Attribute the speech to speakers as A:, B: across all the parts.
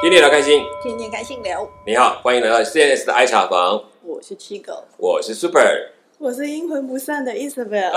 A: 天天聊开心，
B: 天天开心聊，
A: 你好，欢迎来到 CNS 的爱茶房，
B: 我是七狗，
A: 我是 Super。
B: 我是阴魂不散的 Isabel。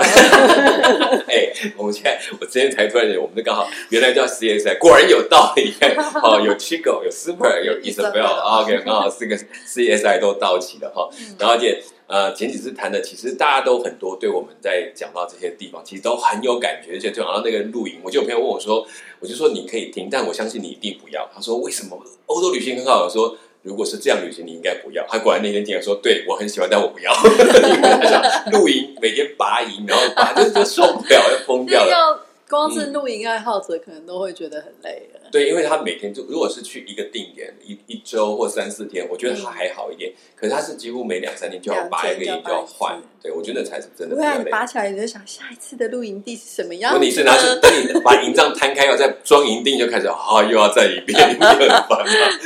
A: 哎，我们现在我今天才突然觉得，我们刚好原来叫 CSI，果然有道理。 哦，有 Chico，有 Super，有 Isabel，啊 OK，刚好四个 CSI 都到齐了哈。然后而且呃，前几次谈的，其实大家都很多对我们在讲到这些地方，其实都很有感觉。而且就好像那个露营，我就有朋友问我说，我就说你可以听，但我相信你一定不要。他说为什么？欧洲旅行很好，我说。如果是这样旅行，你应该不要。他果然那天竟然说：“对我很喜欢，但我不要。” 因为他想露营，每天拔营，然后拔就就受不了，要疯掉 了。
B: 那要光是露营爱好者，可能都会觉得很累了。
A: 对，因为他每天就如果是去一个定点一一周或三四天，我觉得他还好一点。可是他是几乎每嗯两三天就要拔一个营，就要换
B: 两天就要拔一次。
A: 对，我觉得那才是真的
B: 不
A: 比
B: 然
A: 较
B: 你
A: 累。
B: 拔起来，你就想下一次的露营地是什么样
A: 问
B: 子
A: 题是拿去
C: 呃
B: 呢？
A: 等你把营帐摊开，要再装营钉，就开始啊，又要再一 遍，你很烦啊。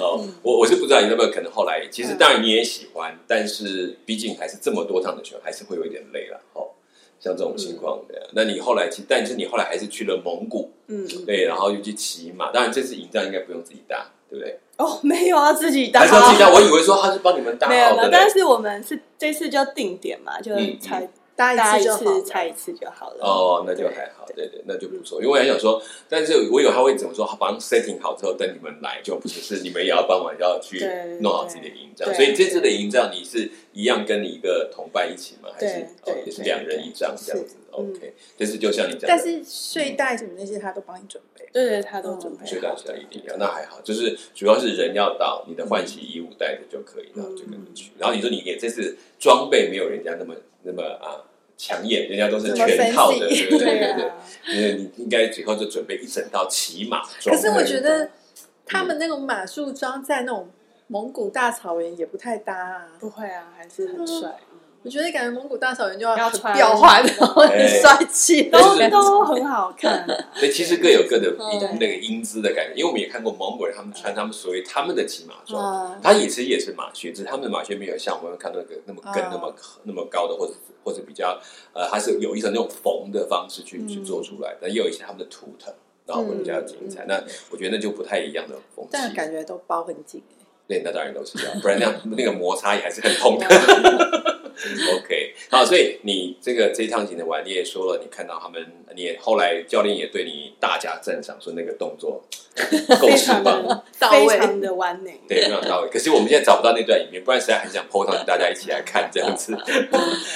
A: 哦，
C: 嗯
A: 我我是不知道你有没有可能后来，其实当然你也喜欢，但是毕竟还是这么多趟的圈，还是会有一点累了。哦，像这种
C: 嗯
A: 情况的，那你后来其但是你后来还是去了蒙古，
B: 嗯，
A: 对，然后又去骑马，当然这次营帐应该不用自己搭，对不对？
C: 哦，没有啊，自己搭
A: 还是要自己搭，我以为说他是帮你们搭
C: 没有
A: 好
C: 了
A: 的。，嘞
C: 但是我们是这次就定点嘛，就
A: 嗯嗯
C: 踩
B: 搭
C: 搭
B: 一
C: 一
B: 次就好
C: 次
B: 了。哎
C: 踩一次就好了。
A: 哦，那就
C: 对
A: 还好，对对，那就不错。因为我还想说，但是我有他会怎么说？他帮 setting 好之后，等你们来，就不只是你们也要帮忙，要去
C: 对
A: 弄好自己的营帐。
C: 对
A: 所以这次的营帐，你是一样跟你一个同伴一起吗？还是
C: 对
A: 哦
C: 对
A: 也是
C: 对
A: 两人一帐这样子
C: 嗯
A: ？OK，这次就像你讲的，
B: 但是睡袋什么那些，他都帮你准
A: 嗯
B: 备。
C: 对对，他都准备
A: 最
C: 好
A: 大小一定要，那还好，就是主要是人要到，你的换洗衣物带着就可以，然后就跟着
C: 嗯
A: 去。然后你说你也这次装备没有人家那么那么啊抢眼，人家都是
B: 这么
A: 全套的，对
B: fancy
A: 不对？
C: 对
A: 对对
C: 啊。
A: 因为你应该以后就准备一整套骑马装
B: 可是我觉得他们那种马术装在那种蒙古大草原也不太搭啊。
C: 不会啊，还是很帅，
B: 我觉得感觉蒙古大草原就要
C: 要
B: 很
C: 穿
B: 彪 悍，然后很
A: 哎
B: 帅气，
A: 对
C: 都
A: 对
C: 都很好 看啊。
A: 所以其实各有各的
B: 嗯
A: 那个英姿的感觉，因为我们也看过蒙古人他们穿他们所谓他们的骑马装，
B: 啊，
A: 他也其实也是马靴，只是他们的马靴没有像我们看到那个那么跟
B: 哦
A: 那么那么高的，或者或者比较呃，还是有一种那种缝的方式
B: 嗯
A: 去去做出来，但也有一些他们的图腾。然后会比较精彩，那我觉得那就不太一样的风气。
B: 嗯但感觉都包很紧。欸
A: 对，那当然都是要，不然那样 那个摩擦也还是很痛的。OK，好， 所以你这个这一趟行的完，你也说了，你看到他们，你也后来教练也对你大加赞赏，说那个动 作够
C: 非
A: 时
C: 常
A: 棒，
C: 的
B: 到
C: 非
B: 位
C: 常的完美。
A: 对，非常到位。可是我们现在找不到那段影片，不然实在很想 PO 上去，大家一起来看这样 子。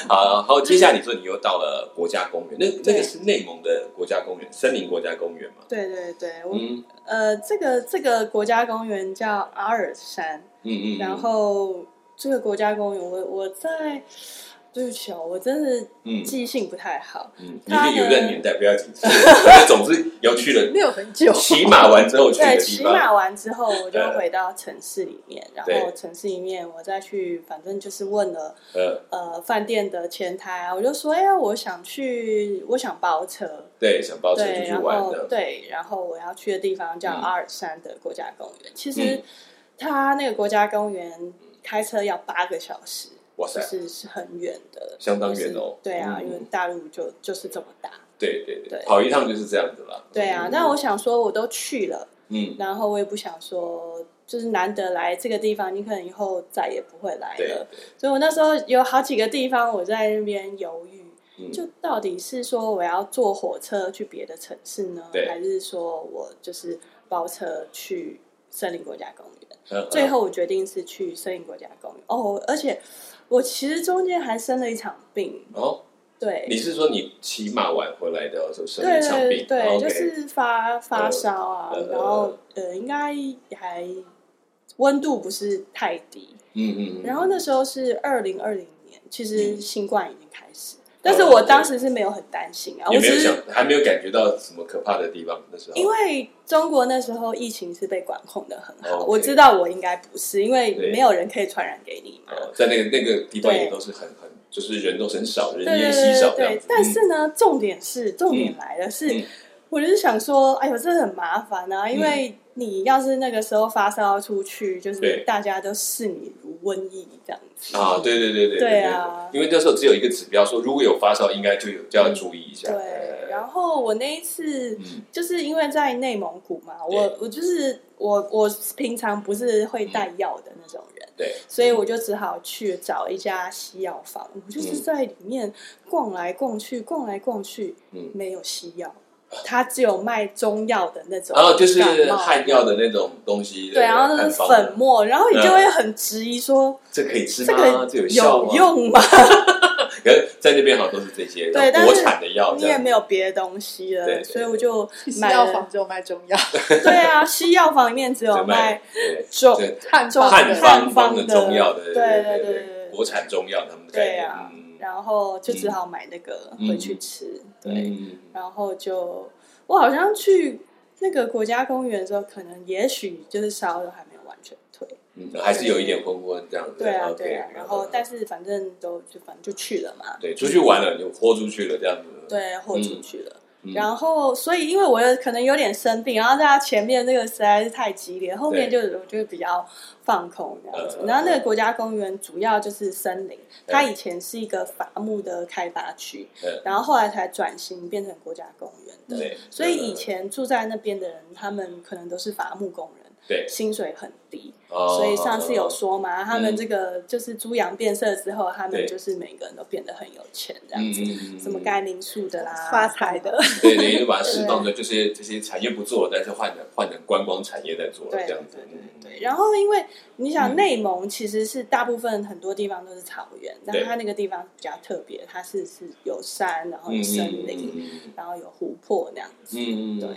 A: 好，然后接下来你说你又到了国家公园，那那个
C: 对
A: 是内蒙的国家公园，森林国家公园嘛？
C: 对对对，我
A: 嗯
C: 呃，这个这个国家公园叫阿尔山，
A: 嗯嗯，嗯
C: 然后这个国家公园，我我在，对不起哦，我真的
A: 嗯
C: 记性不太好。
A: 嗯，你
C: 它
A: 是有一段
C: 呢
A: 年代，不要紧张，反正总是要去了。
B: 没有很久，
A: 骑马完之后去的
C: 对，
A: 地
C: 骑
A: 方，
C: 马完之后，我就回到城市里面，然
A: 对
C: 后城市里面我再去，反正就是问了
A: 呃，
C: 呃饭店的前台啊，我就说，哎呀，我想去，我想包车，
A: 对，想包哦车出
C: 对，
A: 去
C: 然
A: 玩
C: 后
A: 的，
C: 对，然后我要去的地方叫
A: 嗯
C: 阿尔山的国家公园。其
A: 嗯
C: 实它那个国家公园开车要八个小时，
A: 哇
C: 就
A: 塞，
C: 是是很远的，
A: 相当
C: 就是
A: 远哦
C: 对啊，
A: 嗯
C: 因为大陆就就是这么大。
A: 对对对，
C: 对
A: 跑一趟就是这样子啦。
C: 对啊，但我想说，我都去了。
A: 嗯，
C: 然后我也不想说，就是难得来这个地方，你可能以后再也不会来
A: 对
C: 了。所以我那时候有好几个地方我在那边犹豫，
A: 嗯
C: 就到底是说我要坐火车去别的城市呢
A: 对，
C: 还是说我就是包车去森林国家公
A: 嗯
C: 园？最后我决定是去森林国家公园。哦，而且我其实中间还生了一场病，
A: 哦，
C: 对，
A: 你是说你骑马晚回来的时候生了
C: 对
A: 一场
C: 对
A: 病？
C: 对，
A: 哦
C: 就
A: OK
C: 是发发烧啊，
A: 呃
C: 然后呃，应该还温度不是太低。
A: 嗯嗯，嗯嗯
C: 然后那时候是二零二零年，其实新冠已经开始，但是
A: 呃
C: 我当时是没有很担心啊，
A: 也
C: 我
A: 没有
C: 只
A: 想
C: 是，
A: 还没有感觉到什么可怕的地方那时候，
C: 因为中国那时候疫情是被管控的很
A: 哦
C: 好，
A: OK
C: 我知道我应该不是，因为
A: 对
C: 没有人可以传染给你嘛。
A: 哦在那个那个地方
C: 对
A: 也都是很很，就是人都是很少，人
C: 对
A: 烟
C: 对
A: 稀
C: 对
A: 少
C: 对
A: 这样
C: 对
A: 子。，
C: 但
A: 嗯
C: 是呢，重点是重点
A: 嗯
C: 来了，是
A: 嗯
C: 我就是想说，哎呦，这很麻烦啊，因为你要是那个时候发烧出去，就是
A: 对
C: 大家都视你如瘟疫这样子。
A: 啊，对对对对
C: 对啊
A: 因为那时候只有一个指标，说如果有发烧，应该就有就要注意一下。
C: 对，然后我那一次
A: 啊嗯
C: 就是因为在内蒙古嘛，
A: 对
C: 我我就是我我平常不是会带药的那种人，
A: 对，
C: 所以我就只好去找一家西药房，我就是
A: 嗯
C: 在里面逛来逛去，逛来逛去，
A: 嗯，
C: 没有西药，它只有卖中药的那种
A: 然
C: 感冒，
A: 后哦就是汉药的那种东西，
C: 对，然后那
A: 汉
C: 是
A: 方
C: 粉，末，然后你就
A: 嗯
C: 会很质疑说
A: 这可以吃
C: 这
A: 吗？
C: 个
A: 这有效吗？
C: 用吗？
A: 可是在那边好像都是这些
C: 对但是
A: 国产的药，
C: 你
A: 这
C: 也
A: 样
C: 没有别的东西
A: 对对
C: 了，
A: 对
C: 所以我就
B: 西
C: 买
B: 药房
C: 了。
B: 只有卖中药，
C: 对啊，西药房里面只有
A: 只卖
C: 卖
A: 对
C: 中
A: 对
B: 汉
C: 中
A: 汉方
C: 汉方
A: 的
C: 的
A: 中药的，对
C: 对对对对
A: 对，
C: 对
A: 国产中药他们的概
C: 对
A: 念
C: 啊
A: 嗯，
C: 然后就只好买那个
A: 嗯
C: 回去吃。对，
A: 嗯
C: 然后就我好像去那个国家公园的时候，可能也许就是烧都还没有完全退。
A: 嗯，还是有一点昏昏这样子。
C: 对啊，
A: OK，
C: 对啊。然后
A: 嗯
C: 但是反正都就反正就去了嘛，
A: 对出去玩了，你就豁出去了这样子。
C: 对，豁出去了。
A: 嗯，
C: 然后，所以因为我有可能有点生病，然后大家前面那个实在是太激烈，后面就是我就比较放空这样子
A: 嗯。
C: 然后那个国家公园主要就是森林，
A: 对
C: 它以前是一个伐木的开发区
A: 嗯，
C: 然后后来才转型变成国家公园的。
A: 对，
C: 所以以前住在那边的人，他们可能都是伐木工人，
A: 对，
C: 薪水很低。
A: 哦
C: 所以上次有说嘛，他们这个就是猪羊变色之后，他
A: 对
C: 们就是每个人都变得很有钱这样
A: 嗯
C: 子。
A: 嗯嗯，
C: 什么
A: 概
C: 该民宿的啦，
B: 发财的，
A: 对对，就把它适 当的就是这些产业不做，但是换成换成观光产业在做了
C: 对
A: 这
C: 对
A: 样子。嗯
C: 对对。然后，因为你想，
A: 嗯
C: 内蒙其实是大部分很多地方都是草原，但它那个地方比较特别，它是是有山，然后有森林，
A: 嗯嗯
C: 然后有湖泊那样子。
A: 嗯，嗯
C: 对。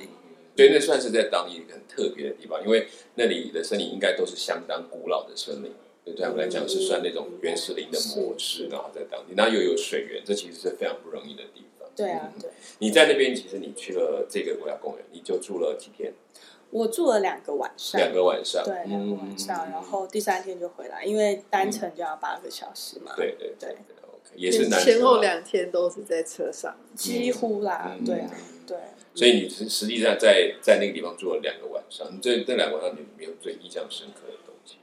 A: 对，那算是在当地一个很特别的地方，因为那里的森林应该都是相当古老的森林，对对他们来讲是算那种原始林的模式，
C: 是
A: 然后在当地，那又有水源，这其实是非常不容易的地方。
C: 对啊
A: 嗯，
C: 对，
A: 你在那边其实你去了这个国家公园，你就住了几天，
C: 我住了两个晚上，
A: 两个晚上，
C: 对
A: 嗯
C: 两个晚上，然后第三天就回来，因为单程就要八个小时嘛，
A: 对对
C: 对
A: ，OK，也是难
B: 前
A: 得
B: 后
A: 啊
B: 两天都是在车上，
C: 几乎啦
A: 嗯，
C: 对啊，对。
A: 所以你实实际上在在那个地方住了两个晚上，你这这两个晚上你没有最印象深刻的东西，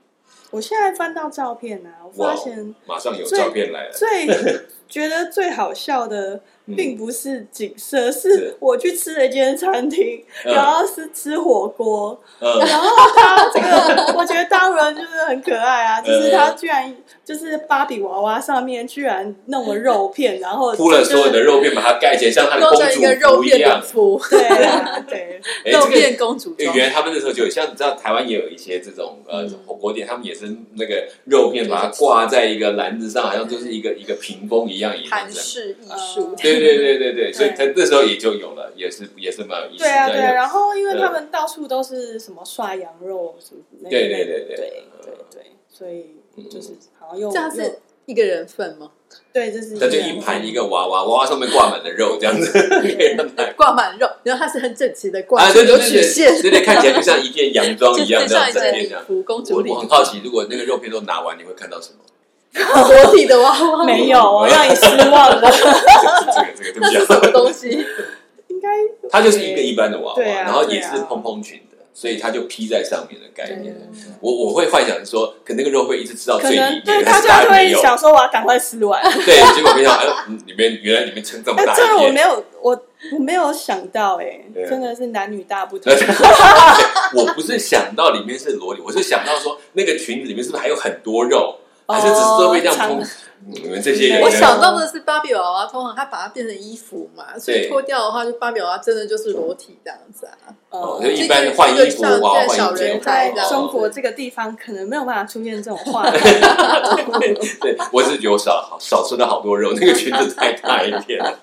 C: 我现在翻到照片啊，我
A: 哇
C: 发
A: 哦
C: 现
A: 马上有
C: 最
A: 照片来了，
C: 最觉得最好笑的，
A: 嗯
C: 并不是景色，
A: 是
C: 是我去吃了一间餐厅，
A: 嗯
C: 然后是吃火锅，
A: 嗯，
C: 然后他这个，我觉得大陆人就是很可爱啊，
A: 嗯
C: 就是他居然就是芭比娃娃上面居然弄了肉片，然后
A: 铺了
C: 就是
A: 所有的肉片，把它盖起来，像他的
B: 弄
A: 公
B: 成一个
A: 主
B: 肉
A: 服一
B: 片的
A: 样。
B: 服，
C: 对 啊对，
A: 哎，
B: 肉
A: 这个
B: 片公主装，
A: 原来他们那时候就有，像你知道台湾也有一些这种呃
C: 嗯
A: 火锅店，他们也是那个肉片把它挂在一个篮子上，好像就是一个一个屏风一样，也是
B: 韩
A: 这样。哦
B: 式艺术，
A: 对对对对对，所以他那时候也就有了，也是也是蛮有意思
C: 对
A: 的。
C: 啊对啊，然后因为
A: 对
C: 他们到处都是什么涮羊肉什么那
A: 对对
C: 类的
A: 对对
C: 对对对，所以就是好像又
B: 这样
C: 又
B: 是一个人份吗？
C: 对，这是
A: 他就一盘一个娃娃，娃娃上面挂满了肉，这样子给人买。
B: 挂满肉，然后它是很整齐的挂，
A: 啊，对对
B: 有
A: 对
B: 曲线，
A: 对，对对，看起来就像一件洋装
B: 就
A: 一样，
B: 是
A: 这样
B: 像一
A: 整
B: 件
A: 片
B: 礼
A: 这样。
B: 服，公
A: 我
B: 主领
A: 我很好奇，如果那个肉片都拿完，你会看到什么？
B: 裸体的娃娃，
C: 没有，我让你失望 了。
A: 这个这个对不
B: 那
A: 起
B: 是
A: 啊
B: 什。么 东西？
C: 应该
A: 它就是一个一般的娃娃，
C: 对啊
A: 然后也是蓬蓬裙的，所以它就披在上面的概念。
C: 对
A: 我我会幻想说，可那个肉会一直吃到
C: 可
A: 最里
C: 能
A: 面，
C: 对
A: 但
C: 大
A: 是大
C: 家
A: 家
C: 都
A: 没
C: 会
A: 有。
C: 想说我要赶快吃完，
A: 对，结果没想到，哎嗯里面原来里面撑这么
C: 但
A: 大
C: 真的我
A: 一
C: 没
A: 面。
C: 有我我没有想到哎、
A: 对啊
C: 真的是男女大不同
A: 对。啊我不是想到里面是萝莉，我是想到说那个裙子里面是不是还有很多肉，
C: 哦
A: 还是只是都被这样
C: 长
A: 蓬？嗯你们这些人，
B: 我想到的是芭比娃娃，通常它把它变成衣服嘛，所以
A: 对
B: 脱掉的话，就芭比娃娃真的就是裸体这样子啊。
A: 哦
C: 呃
A: 就一般换衣服
B: 这个像
A: 娃娃
B: 在小
A: 换衣
B: 人
A: 服，
B: 在
A: 哦
C: 中国这个地方可能没有办法出现这种 画面，
A: 对，我只是觉得我少少吃了好多肉，那个裙子太大一点了。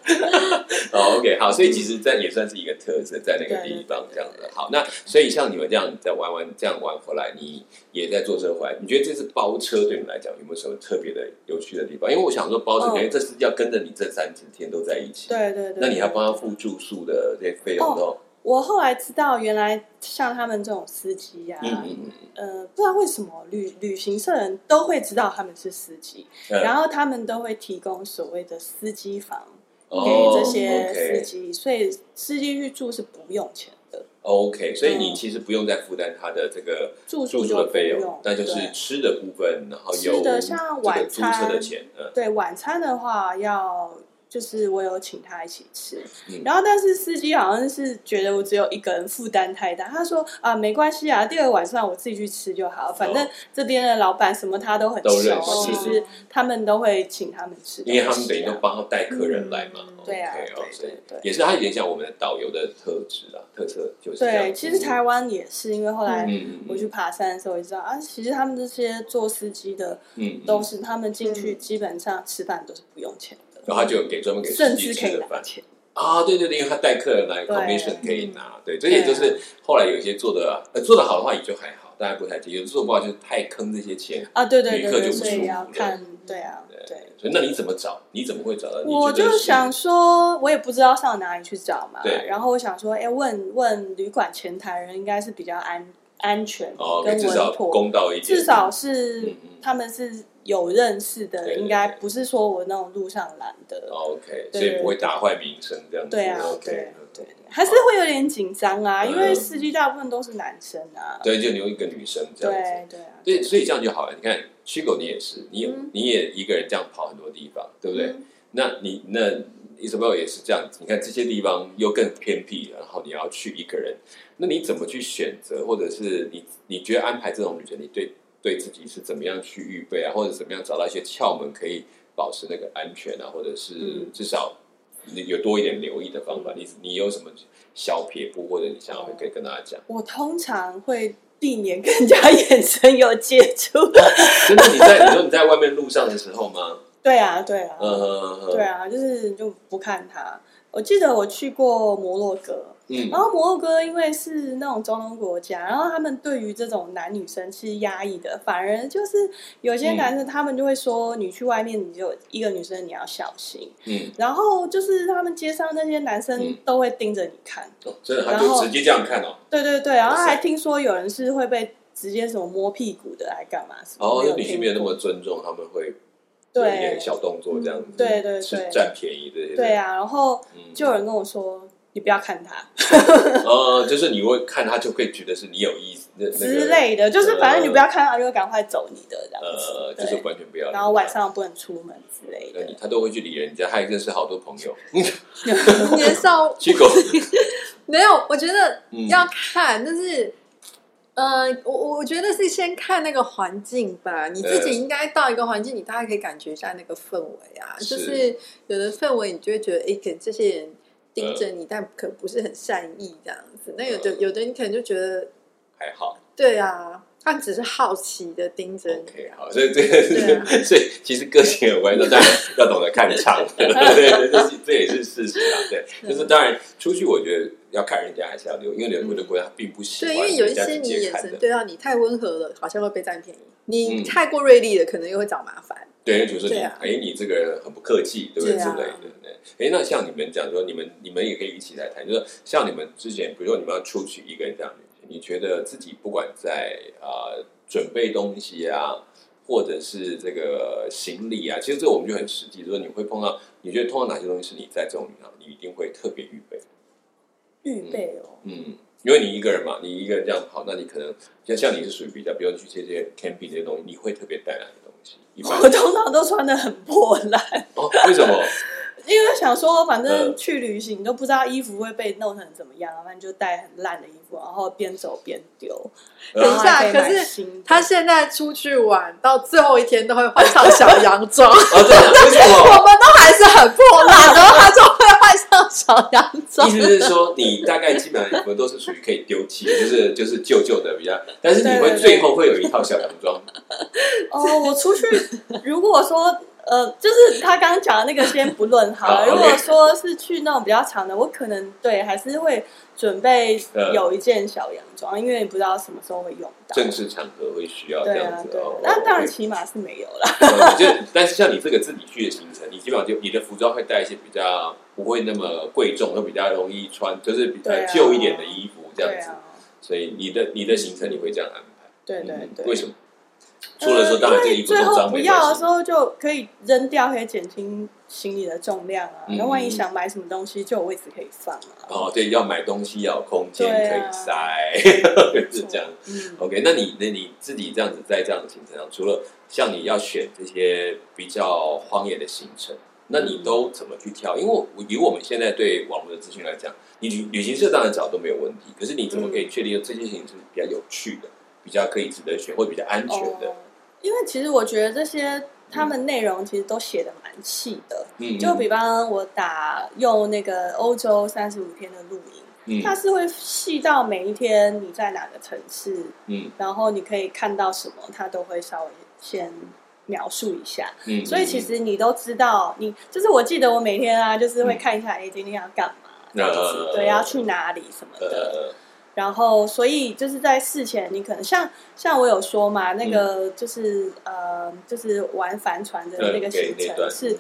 A: 哦，OK，好，所以其实这也算是一个特色，在那个地方这样子。好，那所以像你们这样在玩玩这样玩回来，你也在坐车回来，你觉得这次包车对你来讲有没有什么特别的有趣的地方？因为我想说包车，
C: 嗯
A: 因为这是要跟着你这三十天都在一起，
C: 对哦对对。
A: 那你还帮他付住宿的这些费用都，
C: 我后来知道，原来像他们这种司机啊呀、
A: 嗯嗯嗯
C: 呃，不知道为什么旅旅行社人都会知道他们是司机，
A: 嗯，
C: 然后他们都会提供所谓的司机房给
A: 哦
C: 这些司
A: ，OK
C: 机，所以司机去住是不用钱的，
A: OK，所以你
C: 嗯
A: 其实不用再负担他的这个
C: 住
A: 住
C: 宿
A: 宿
C: 就
A: 的
C: 不
A: 费
C: 用
A: 用，，那就是
C: 对
A: 吃的部分，然后
C: 吃
A: 有
C: 的
A: 这
C: 像
A: 个
C: 晚
A: 租车的
C: 餐
A: 钱，嗯，
C: 对晚餐的话要。就是我有请他一起吃，
A: 嗯
C: 然后但是司机好像是觉得我只有一个人负担太大，他说啊没关系啊，第二个晚上我自己去吃就好，反正这边的老板什么他都很
A: 哦都认
C: 熟，
A: 识
C: 其实他们都会请他们吃东西
A: 因
C: 啊，
A: 为他们等于都帮他带客人来嘛
B: 嗯，
A: OK，
C: 对啊
A: 哦
C: 对
A: 所以
C: 对对
A: 也是他有点像我们的导游的特质啊，特色就是这样
C: 对，其实台湾也是，因为后来
A: 嗯嗯
C: 我去爬山的时候也知道啊，其实他们这些做司机的
A: 嗯
C: 都
A: 嗯
C: 是他们进去基本上吃饭都是不用钱的，
A: 然后他就有给专门给
C: 甚
A: 司机
C: 至可
A: 吃
C: 以
A: 的
C: 拿
A: 饭
C: 钱。
A: 啊，对对对，因为他带客人来
C: 对
A: commission 可以
B: 嗯
A: 拿，对，这也
C: 对啊
A: 就是后来有些做的呃做的好的话也就还好，当然不太提，有的做不好就是太坑这些钱，
C: 啊，对对
A: 旅
C: 对
A: 客就
C: 对，
A: 不
C: 所
A: 舒服
C: 以要
A: 了
C: 看，对啊，对。
A: 所以那你怎么找？你怎么会找到？你
C: 我
A: 觉得
C: 就是想说，我也不知道上哪里去找嘛
A: 对。
C: 然后我想说，哎，问问旅馆前台人应该是比较安安全
A: 哦，
C: 跟
A: 至少
C: 稳妥，
A: 公道一点，
C: 至少是
A: 嗯嗯
C: 他们是有认识的
A: 对，对
C: 应该
A: 对哦
C: 不是说我那种路上拦的。
A: OK，
C: 对
A: 所以不会打坏名声这样子。
C: 对啊，对
A: OK，
C: 啊对，还是会有点紧张啊，
A: 嗯
C: 因为司机大部分都是男生啊。
A: 对，就留一个女生这样子。
C: 对对啊，
A: 对，所以这样就好了。你看，虚狗你也是，你也、
B: 嗯
A: 你也一个人这样跑很多地方，对不对？
B: 嗯
A: 那你那 Isabel 也是这样子。你看这些地方又更偏僻，然后你要去一个人，那你怎么去选择，或者是你你觉得安排这种旅程，你对对自己是怎么样去预备啊，或者怎么样找到一些窍门可以保持那个安全啊，或者是
C: 嗯
A: 至少你有多一点留意的方法？你你有什么小撇步，或者你想要可以跟大家讲？
C: 我通常会避免跟人家 眼神有接触。
A: 真的你在你说你在外面路上的时候吗？
C: 对啊，对啊，
A: 嗯，
C: 对啊，就是就不看他。我记得我去过摩洛哥，
A: 嗯
C: 然后摩洛哥因为是那种中东国家，然后他们对于这种男女生是压抑的，反而就是有
A: 嗯
C: 些男生他们就会说，你去外面你就一个女生你要小心，
A: 嗯，
C: 然后就是他们街上那些男生
A: 嗯
C: 都会盯着你看，
A: 哦真的他
C: 然
A: 就
C: 后
A: 直接这样看哦。
C: 对对对，然后
A: 哇塞
C: 还听说有人是会被直接什么摸屁股的，来干嘛什么？
A: 哦，
C: 没
A: 那
C: 有
A: 女
C: 听
A: 性没有那么尊重，他们会有一
C: 对
A: 点小动作这样子，
B: 嗯
C: 对对
A: 是
C: 对
A: 占便宜这些。
C: 对，啊，然后
A: 嗯，
C: 就有人跟我说，你不要看他
A: 呃，就是你会看他就会觉得是你有意思那那个
C: 之，类的，就是反正你不要看他，就赶快走你的这样
A: 呃，
C: 子。
A: 就是
C: 对，
A: 完全不要理他。
C: 然后晚上不能出门之类
A: 那你
C: 的。
A: 他都会去理人家，他也认识好多朋友。
B: 年少
A: 结 果
B: 没有，我觉得
A: 嗯
B: 要看，但是，呃，我我我觉得是先看那个环境吧。你自己应该到一个环境，你大概可以感觉一下那个氛围啊。
A: 是
B: 就是有的氛围，你就会觉得，哎，可能这些人盯着你，但可能不是很善意这样子。那有的
A: 嗯
B: 有的，你可能就觉得，
A: 还好
B: 对啊，他只是好奇的盯着你。
A: ，OK，好，所以这个
B: 对啊
A: 是，所以其实个性有关系，当然要懂得看 场，对对，这是这也是事实啊，对，就是当然出去，我觉得要看人家还是要留，因为有的国家他并不喜
B: 对，
A: 欢
B: 因为有一
A: 人家
B: 些
A: 直
B: 你
A: 接
B: 眼
A: 看
B: 神
A: 的，
B: 对到你太温和了，好像会被占便宜；你
A: 嗯
B: 太过锐利了，可能又会找麻烦。
A: 对，就是你，
B: 对
A: 哎、
B: 啊
A: 你这个人很不客气，对不对？
B: 对啊
A: 之类的，对。哎，那像你们讲说，你们你们也可以一起来谈，就是像你们之前，比如说你们要出去一个人这样旅行，你觉得自己不管在啊、呃准备东西啊，或者是这个行李啊，其实这个我们就很实际，就是你会碰到，你觉得碰到哪些东西是你在这种旅行你一定会特别预备的？
C: 预备哦，
A: 嗯，因为你一个人嘛，你一个人这样跑，那你可能像像你是属于比较，比如说去这些 camping 这些东西，你会特别带哪些东西？一 般
C: 我通常都穿的很破烂，
A: 哦，为什么？
C: 因为想说反
A: 嗯
C: 正去旅行都不知道衣服会被弄成怎么样，反正就带很烂的衣服，然后边走边丢。
A: 嗯
B: 等一下
C: 然后还可以买
B: 可是
C: 新的
B: 他现在出去玩到最后一天都会换上小洋装，我
A: 啊，真的？为什 么？
B: 们都 还是很破烂， 然后他就会换上小洋装
A: 意。思是说，你大概基本上你们都是属于可以丢弃，就是就是旧旧的比较，但是你会
C: 对对对
A: 最后会有一套小洋装，
C: 哦，我出去，如果说呃，就是他刚刚讲的那个，先不论好
A: 好，OK
C: 了。如果说是去那种比较长的，我可能对还是会准备
A: 嗯
C: 有一件小洋装，因为你不知道什么时候会用到。
A: 正式场合会需要这
C: 对
A: 样
C: 啊
A: 子，
C: 对啊
A: 哦。
C: 那当然
A: 哦
C: 起码是没有啦。
A: 呃就但是像你这个自己去的行程，你基本上就你的服装会带一些比较不会那么贵重，又比较容易穿，就是比较
C: 对啊
A: 旧一点的衣服这
C: 对
A: 样子
C: 啊。，
A: 所以你的你的行程你会这样安排？
C: 对对
A: 嗯
C: 对。
A: 为什么？除了说当然这个衣服
C: 最
A: 重
C: 后
A: 脏
C: 不
A: 没
C: 要
A: 关
C: 的
A: 系
C: 时，候就可以扔掉，可以减轻行李的重量啊。
A: 嗯
C: 那万一想买什么东西，就有位置可以放啊。
A: 哦，对，要买东西要有空间
C: 对
A: 可以
C: 啊
A: 塞， 是这样。
C: 嗯，
A: OK，那你那你自己这样子在这样的行程上，除了像你要选这些比较荒野的行程，那你都怎么去挑？因为我以我们现在对网络的资讯来讲，你旅旅行社当然找都没有问题，可是你怎么可以确定这些行程是比较有趣的、比较可以值得选或者比较安全的
C: 哦？，因为其实我觉得这些他们内容其实都写的蛮细的。
A: 嗯，
C: 就比方我打用那个欧洲三十五天的露营，
A: 嗯
C: 它是会细到每一天你在哪个城市，
A: 嗯
C: 然后你可以看到什么，它都会稍微先描述一下。
A: 嗯，
C: 所以其实你都知道，你就是我记得我每天啊，就是会看一下，哎、今天要干嘛，
A: 嗯
C: 就是对，要去哪里什么的。
A: 呃
C: 然后，所以就是在事前，你可能像像我有说嘛，
A: 嗯
C: 那个就是、呃，就是玩帆船的那个
A: 对
C: 行
A: 呃那段
C: 程是。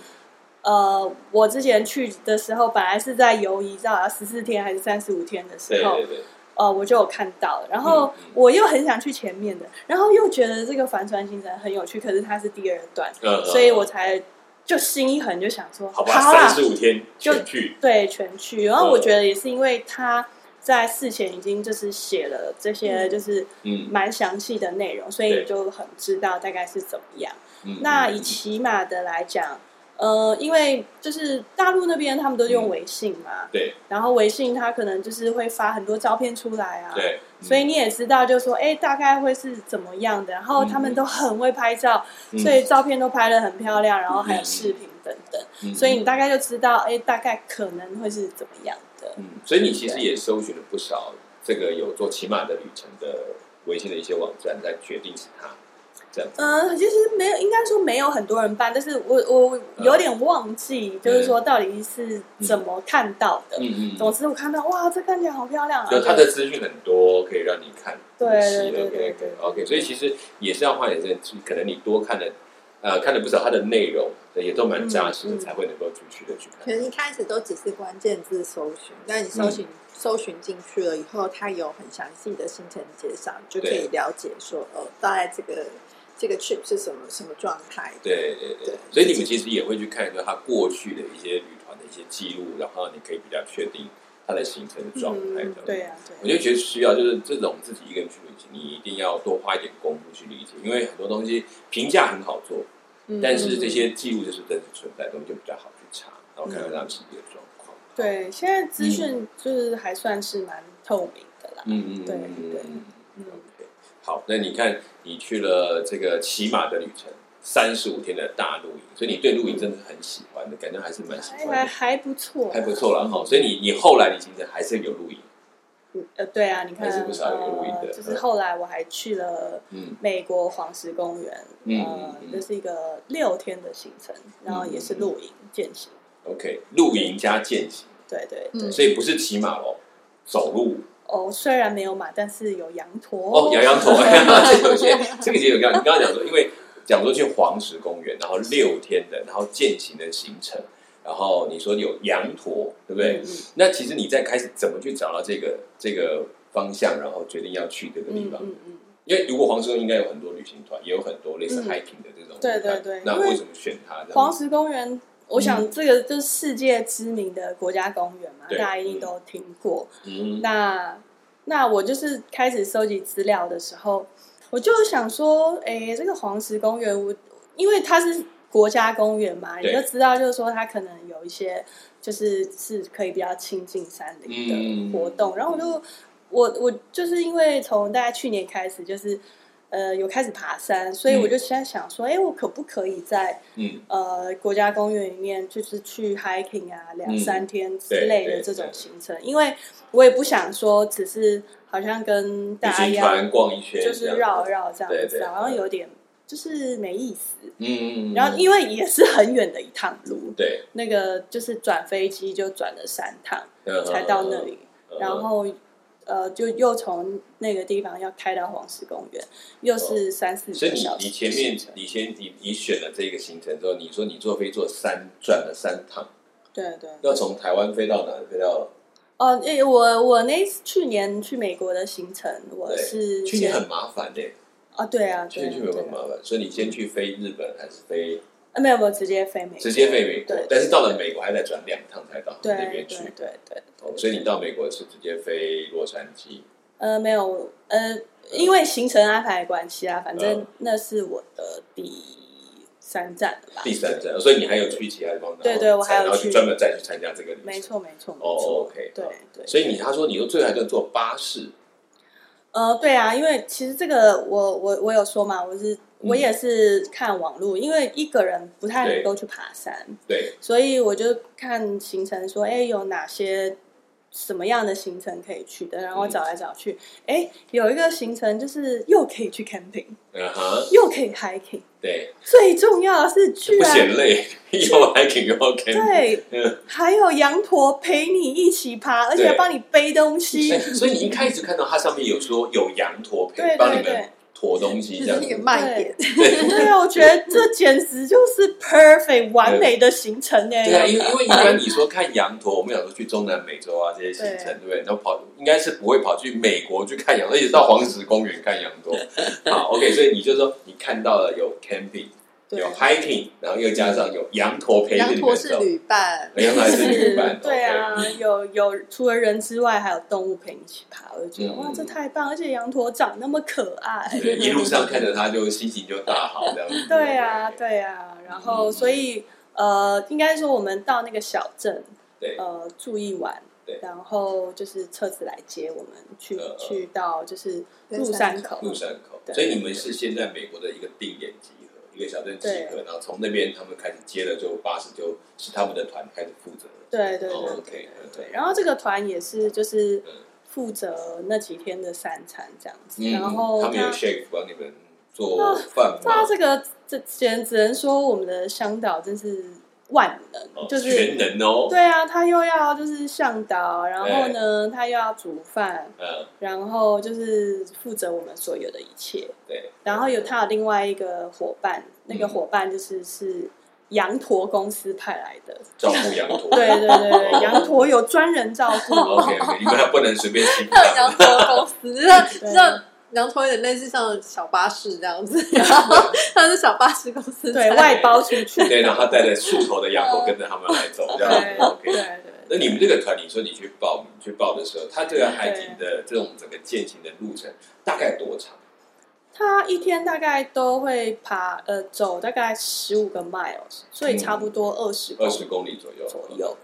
C: 呃，我之前去的时候，本来是在游移到十四天还是三十五天的
A: 对
C: 时候，
A: 对对，
C: 呃，我就有看到，然后
A: 嗯嗯
C: 我又很想去前面的，然后又觉得这个帆船行程很有趣，可是它是第二段，
A: 呃
C: 所以我才就心一横就想说，
A: 好吧，
C: 好
A: 三
C: 啦，
A: 十五天
C: 就
A: 全去，
C: 对，全去。然后我
A: 嗯
C: 觉得也是因为他在事前已经就是写了这些
B: 嗯
C: 就是
A: 嗯
C: 蛮详细的内容，所以
A: 对
C: 你就很知道大概是怎么样。
A: 嗯，
C: 那
A: 嗯
C: 以骑马的来讲，呃，因为就是大陆那边他们都用
A: 嗯
C: 微信嘛，
A: 对
C: 然后微信它可能就是会发很多照片出来啊，
A: 对，
C: 所以你也知道，就说哎、大概会是怎么样的。然后他们都很会拍照，
A: 嗯
C: 所以照片都拍的很漂亮，然后还有视频等等，
A: 以
C: 所以你大概就知道，哎、大概可能会是怎么样的。
A: 嗯，所以你其实也搜寻了不少这个有做骑马的旅程的微信的一些网站，在决定是它这样子。
C: 嗯，其实没有，应该说没有很多人办，但是我我有点忘记，就是说到底是怎么看到的。
A: 嗯
C: 总呃之我看到哇，这看起来好漂亮啊！
A: 就它的资讯很多，可以让你看
C: 对
A: 仔细
C: 对对
A: OK
C: 对
A: OK OK，所以其实也是要花点时间去，可能你多看了，呃，看了不少它的内容，也都蛮扎实的，
C: 嗯嗯
A: 才会能够继续的去
B: 可
A: 看。
B: 能一开始都只是关键字搜寻，但你搜寻、搜寻进去了以后，它有很详细的行程介绍，你就可以了解说，哦，大概这个这个 trip 是什么什么状态。
A: 对对对
B: 对，
A: 所以你们其实也会去看说它过去的一些旅团的一些记录，然后你可以比较确定它的行程状态。
C: 嗯，对啊，
A: 我
C: 对
A: 就
C: 啊，
A: 觉得需要，就是这种自己一个人去旅行，你一定要多花一点功夫去理解，因为很多东西评价很好做，
C: 嗯
A: 但是这些记录就是真实存在的东西就比较好去查，然后看看他们实际的状况。
C: 对现在资
A: 嗯
C: 讯就是还算是蛮透明的啦。
A: 嗯嗯，
C: 对
A: 嗯
C: 对
A: 嗯嗯
C: 嗯
A: OK，好，那你看你去了这个骑马的旅程，三十五天的大露营，所以你对露营真的是很喜欢的，感觉还嗯是蛮喜
C: 还
A: 欢
C: 还
A: 的，
C: 还不错，
A: 还不错了哈。所以你你后来你行程还是有露营，
C: 呃，对啊，你看，
A: 还是不少有录音的
C: 呃，就是后来我还去了
A: 嗯
C: 美国黄石公园，
A: 嗯
C: 呃
A: 嗯，嗯嗯
C: 这是一个六天的行程，然后也是露营践行，
A: ，OK，露营加践行，
C: 对对对。
B: 嗯
A: 所以不是骑马喽，走路。
C: 哦，虽然没有马，但是有羊驼。
A: 哦，羊羊 驼， 这有些这个也有刚你刚刚讲说，因为讲说去黄石公园，然后六天的，然后践行的行程，然后你说有羊驼，对不对？
C: 嗯嗯
A: 那其实你在开始怎么去找到这个这个方向，然后决定要去这个地
C: 嗯
A: 方？
C: 嗯嗯，
A: 因为如果黄石公园应该有很多旅行团，也有很多类似
C: 嗯
A: hiking 的这种，
C: 对对对
A: 那
C: 因为
A: 为什么选它？这
C: 黄
A: 样
C: 石公园，我想这个就是世界知名的国家公园嘛，
A: 嗯对
C: 大家一定都听过。
A: 嗯
C: 那那我就是开始收集资料的时候，我就想说，诶，这个黄石公园，我因为它是国家公园嘛，你
A: 对
C: 就知道，就是说它可能有一些就是是可以比较亲近山林的活动。
A: 嗯
C: 然后我就我我就是因为从大概去年开始，就是呃有开始爬山，所以
A: 嗯
C: 我就现在想说，诶，我可不可以在
A: 嗯
C: 呃国家公园里面，就是去 hiking 啊，两
A: 嗯
C: 三天之
A: 对
C: 类
A: 对
C: 的这种
A: 对
C: 行程，因为我也不想说只是好像跟
A: 旅
C: 大家一
A: 行
C: 样，
A: 团逛一圈，
C: 就是绕，绕这样子，啊
A: 对对对
C: 好像有点就是没意思。
A: 嗯，
C: 然后因
A: 为
C: 为也是很远的一趟路，
A: 对，
C: 那个就是转飞机就转了三趟
A: 嗯
C: 才到那，里，
A: 嗯
C: 然后。呃，就又从那个地方要开到黄石公园，又是三四
A: 哦所以
C: 个
A: 你
C: 小时
A: 你
C: 的
A: 前
C: 行
A: 面
C: 程。
A: 你先你你选了这个行程之后，你说你坐飞坐三转了三趟，
C: 对对，
A: 要从台湾飞到哪？飞到
C: 哦，诶、我我那一次去年去美国的行程，我是
A: 去
C: 先
A: 年很麻烦的、
C: 啊，对啊，对啊
A: 先去美国
C: 对啊
A: 很麻烦，所以你先去飞日本还是飞
C: 啊，没有没有，直接飞美国，
A: 直接飞美国
C: 对？
A: 但是到了美国还得转两趟才到
C: 对
A: 那
C: 对
A: 边去
C: 对。对对
A: 哦所以你到美国是直接飞洛杉矶，
C: 呃没有我呃，因为行程安排的关系啊，反正
A: 嗯
C: 那是我的第三站了吧？
A: 第三站，所以你还有去其他地方，然后
C: 对对我还有
A: 然后
C: 去
A: 专门再去参加这个旅程。
C: 没。错没错没
A: 哦
C: 错
A: ，OK，
C: 对
A: 好
C: 对，
A: 所以你他说你说最后还在坐巴士，
C: 呃，对啊，因为其实这个我我我有说嘛，我是
A: 嗯
C: 我也是看网络，因为一个人不太能够去爬山，
A: 对，
C: 所以我就看行程说，哎，有哪些什么样的行程可以去的，然后
A: 嗯
C: 找来找去，哎、有一个行程就是又可以去 camping，
A: 嗯哼，
C: 又可以 hiking，
A: 对，
C: 最重要的是居
A: 不
C: 然
A: 嫌累， 又 hiking 又 OK，，
C: 对，
A: 嗯，
C: 还有羊驼陪你一起爬，而且
A: 对
C: 帮你背东
A: 所
C: 西
A: 以，哎 所以你一开始看到它上面有说有羊驼
C: 对
A: 陪帮你
C: 对
A: 们驮东西
B: 就
A: 这样
B: 是也
A: 子，
B: 慢一点，
C: 对啊，我觉得这简直就是 perfect 完美的行程哎、
A: 嗯对啊，因为因为一般你说看羊驼，我们想说去中南美洲啊这些行程，对不对？然后跑应该是不会跑去美国去看羊驼，而且到黄石公园看羊驼。好，OK，所以你就说你看到了有 camping，
C: 对
A: 有 hiking，然后又加上有羊驼陪着
B: 羊
A: 你
B: 驼
A: 们
B: 是
A: 走，
B: 旅伴，
A: 羊驼还是旅伴，
C: 对啊，有有除了人之外，还有动物陪你一起爬，我就觉得、
A: 嗯
C: 哇，这太棒！而且羊驼长那么可爱
A: OK，，对，一路上看着它就心情就大好这样子。
C: 对啊，对啊。然后
A: 嗯
C: 所以呃，应该说我们到那个小镇
A: 对
C: 呃住一晚
A: 对，
C: 然后就是车子来接我们去
A: 呃
C: 去到就是
B: 登
C: 入
B: 山
C: 山口，
A: 鹿山口，
C: 对
A: 所以你们是先在美国的一个定点集合，一个小镇集合，然后从那边他们开始接了之后，巴士就是他们的团开始负责了。
C: 对对对
A: 哦
C: 对对
A: ，OK，
C: 对。然后这个团也是就是
A: 嗯
C: 负责那几天的三餐这样子，
A: 嗯，
C: 然后啊
A: 他们有 chef 帮你们做饭
C: 他
A: 吗？
C: 这个这简只能说我们的香岛真是万
A: 哦
C: 能，就
A: 全
C: 是
A: 能哦，
C: 对啊，他又要就是向导，然后呢，他又要煮饭，
A: 嗯，
C: 然后就是负责我们所有的一切。
A: 对，
C: 然后有他有另外一个伙伴，那
A: 嗯
C: 个伙伴就是是羊驼公司派来的，
A: 照顾羊驼，
C: 对对对对，羊驼有专人照 顾。
A: ，OK，你 们还不能随便欺负
B: 还有
A: 他
B: 羊
A: 们。
B: 驼公司，就像
C: 对
B: 就像羊驼有点类似像小巴士这样 子，然后它是小巴士公司
C: 对
B: 在
C: 外包出去，
A: 对，然后他带着树头的羊驼跟着他们来走，这样
C: 对
A: 子 OK
C: 对。对
A: 那你们这个团，你说你去报，你去报的时候，他这个海景的这种整个践行的路程大概多长？
C: 他一天大概都会爬呃走大概十五个 miles，所以差不多二十公
A: 嗯二十
C: 里
A: 公里左右。
C: 左右。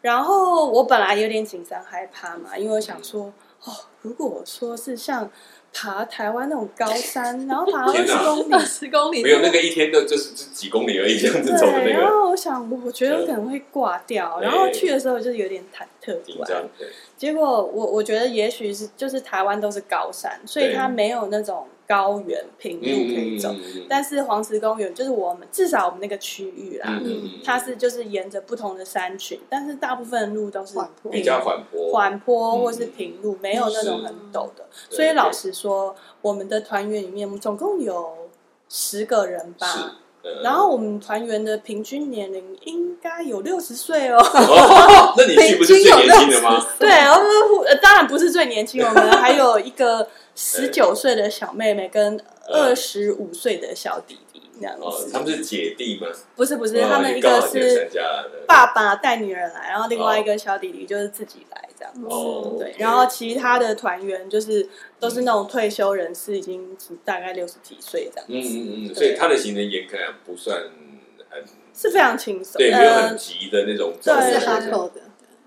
C: 然后我本来有点紧张害怕嘛，因为我想说，哦，如果我说是像爬台湾那种高山，然后爬二
A: 天
C: 十
A: 哪
C: 公
B: 二
C: 里，
B: 十公里，
A: 没有那个一天的，就是就几公里而已，这样子走的
C: 对，
A: 那
C: 然
A: 个
C: 后我想，我觉得我可能会挂掉。
A: 对
C: 然后去的时候就是有点忐忑
A: 紧
C: 不安
A: 张。，对，
C: 结果我我觉得也许是就是台湾都是高山，所以
A: 对
C: 它没有那种高原平路可以走。
A: 嗯
C: 但是啊黄石公园就是我们至少我们那个区域
A: 嗯
C: 啦，它是就是沿着不同的山群，但是大部分路都是
B: 缓坡
A: 比较缓坡，
C: 缓坡
A: 嗯
C: 或是平路，没有那种
A: 是
C: 很陡的。
A: 对
C: 所以老实说，我们的团员里面总共有十个人
A: 是
C: 吧。，
A: 嗯
C: 然后我们团员的平均年龄应该有六十 岁哦，
A: 哦，那你去不是最年轻的吗？
C: 对，我们呃当然不是最年轻，我们还有一个十九岁的小妹妹跟二十五岁的小弟弟那样
A: 嗯哦
C: 子，。
A: 他们是姐弟吗？
C: 不是不是，
A: 哦
C: 他们一
A: 你刚
C: 个
A: 好你也
C: 是
A: 参加了
C: 爸爸带女人来，然后另外一个小弟弟就是自己来这样子。
A: 哦，
C: 对，然后其他的团员就是都是那种退休人士，已经大概六十几岁这样
A: 嗯
C: 子，
A: 嗯嗯，
C: 对
A: 所以他的行程严格来讲不算很，
C: 是非常轻松。
A: 对，没有很
C: 呃，
A: 急的那种
C: 对
A: 走
B: 不
A: 路
B: 是
A: 的
C: 对
B: 哈
A: 那种，
B: 扣的，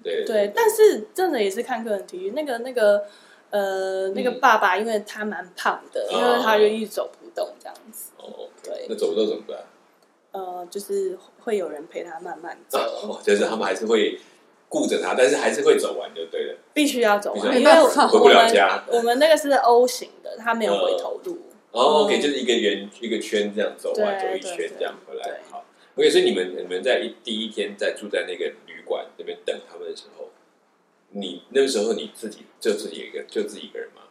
A: 对
C: 对，但是真的也是看个人体育。那个那个呃，那个
A: 嗯
C: 爸爸因为他蛮胖
A: 啊
C: 的，因为他就一直走不动这样子，
A: 哦，
C: 对
A: 那走不动怎么办？
C: 呃，就是会有人陪他慢慢走，
A: 哦，就是他们还是会顾着他，但是还是会走完就对了，
C: 必须要走完，
A: 必
C: 因
B: 须
C: 为
B: 要
C: 我
B: 走完
A: 回不了家。嗯
C: 我们那个是 O 型的，他没有回头路。
A: 哦，OK，
C: 嗯
A: 就是一个圆一个圈这样走完，走
C: 对
A: 一圈这样回
C: 对
A: 来
C: 对。
A: 好，OK，所以你们你们在一第一天在住在那个旅馆那边等他们的时候，你那时候你自己就自己一个就自己一个人吗？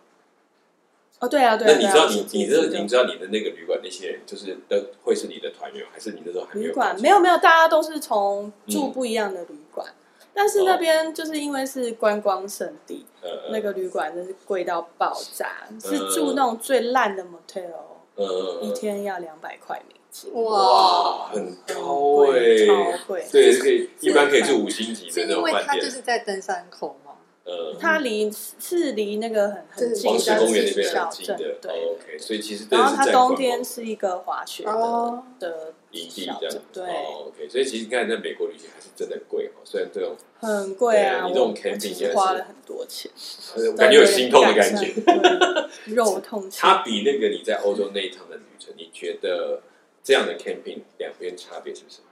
C: 哦，对啊，对
A: 那
C: 啊，
A: 你
C: 对啊
A: 知道
C: 是
A: 你
C: 自
A: 你
C: 己
A: 知道
C: 的
A: 你知道你的那个旅馆那些人就是都会是你的团员吗，还是你那时候还没
C: 旅
A: 有
C: 馆
A: 关系？
C: 没有没有，大家都是从住
A: 嗯哦
C: 不一样的旅馆，但是那边就是因为是观光胜地，
A: 呃
C: 那个旅馆真是贵到爆炸，是住那种最烂的 motel 哦。
A: 嗯
C: 一天要两百块美金，
A: 哇，很高哎，
C: 超贵。
A: 对，是可以一般可以住五星级的
B: 是
A: 那
B: 因
A: 种
B: 为
A: 饭
B: 它就
A: 店，
B: 是在登山口嘛，
A: 嗯，
C: 它离是离那个很很近
A: 黄
B: 黄
A: 石
B: 石
A: 公
B: 公
A: 园那边
B: 园那边
A: 很
C: 小
A: 近
C: 镇，
A: 的
C: 对。
A: ，OK，所以其实真
C: 然
A: 的
C: 后
A: 是
C: 它
A: 在
C: 冬天是一个滑雪的
B: 哦
C: 的
A: 营地
C: 小
A: 这样
C: 镇，，对，
A: 哦，OK，所以其实看在美国旅行还是真的贵哦，虽然这种
C: 很贵啊，
A: 对你这种
C: 我
A: camping
C: 其
A: 也
C: 实
A: 是
C: 花了很多钱，
A: 呃感觉有心痛的感觉，
C: 觉，对肉痛起来。
A: 它比那个你在欧洲那一趟的旅程，你觉得这样的 camping 两边差别是什么？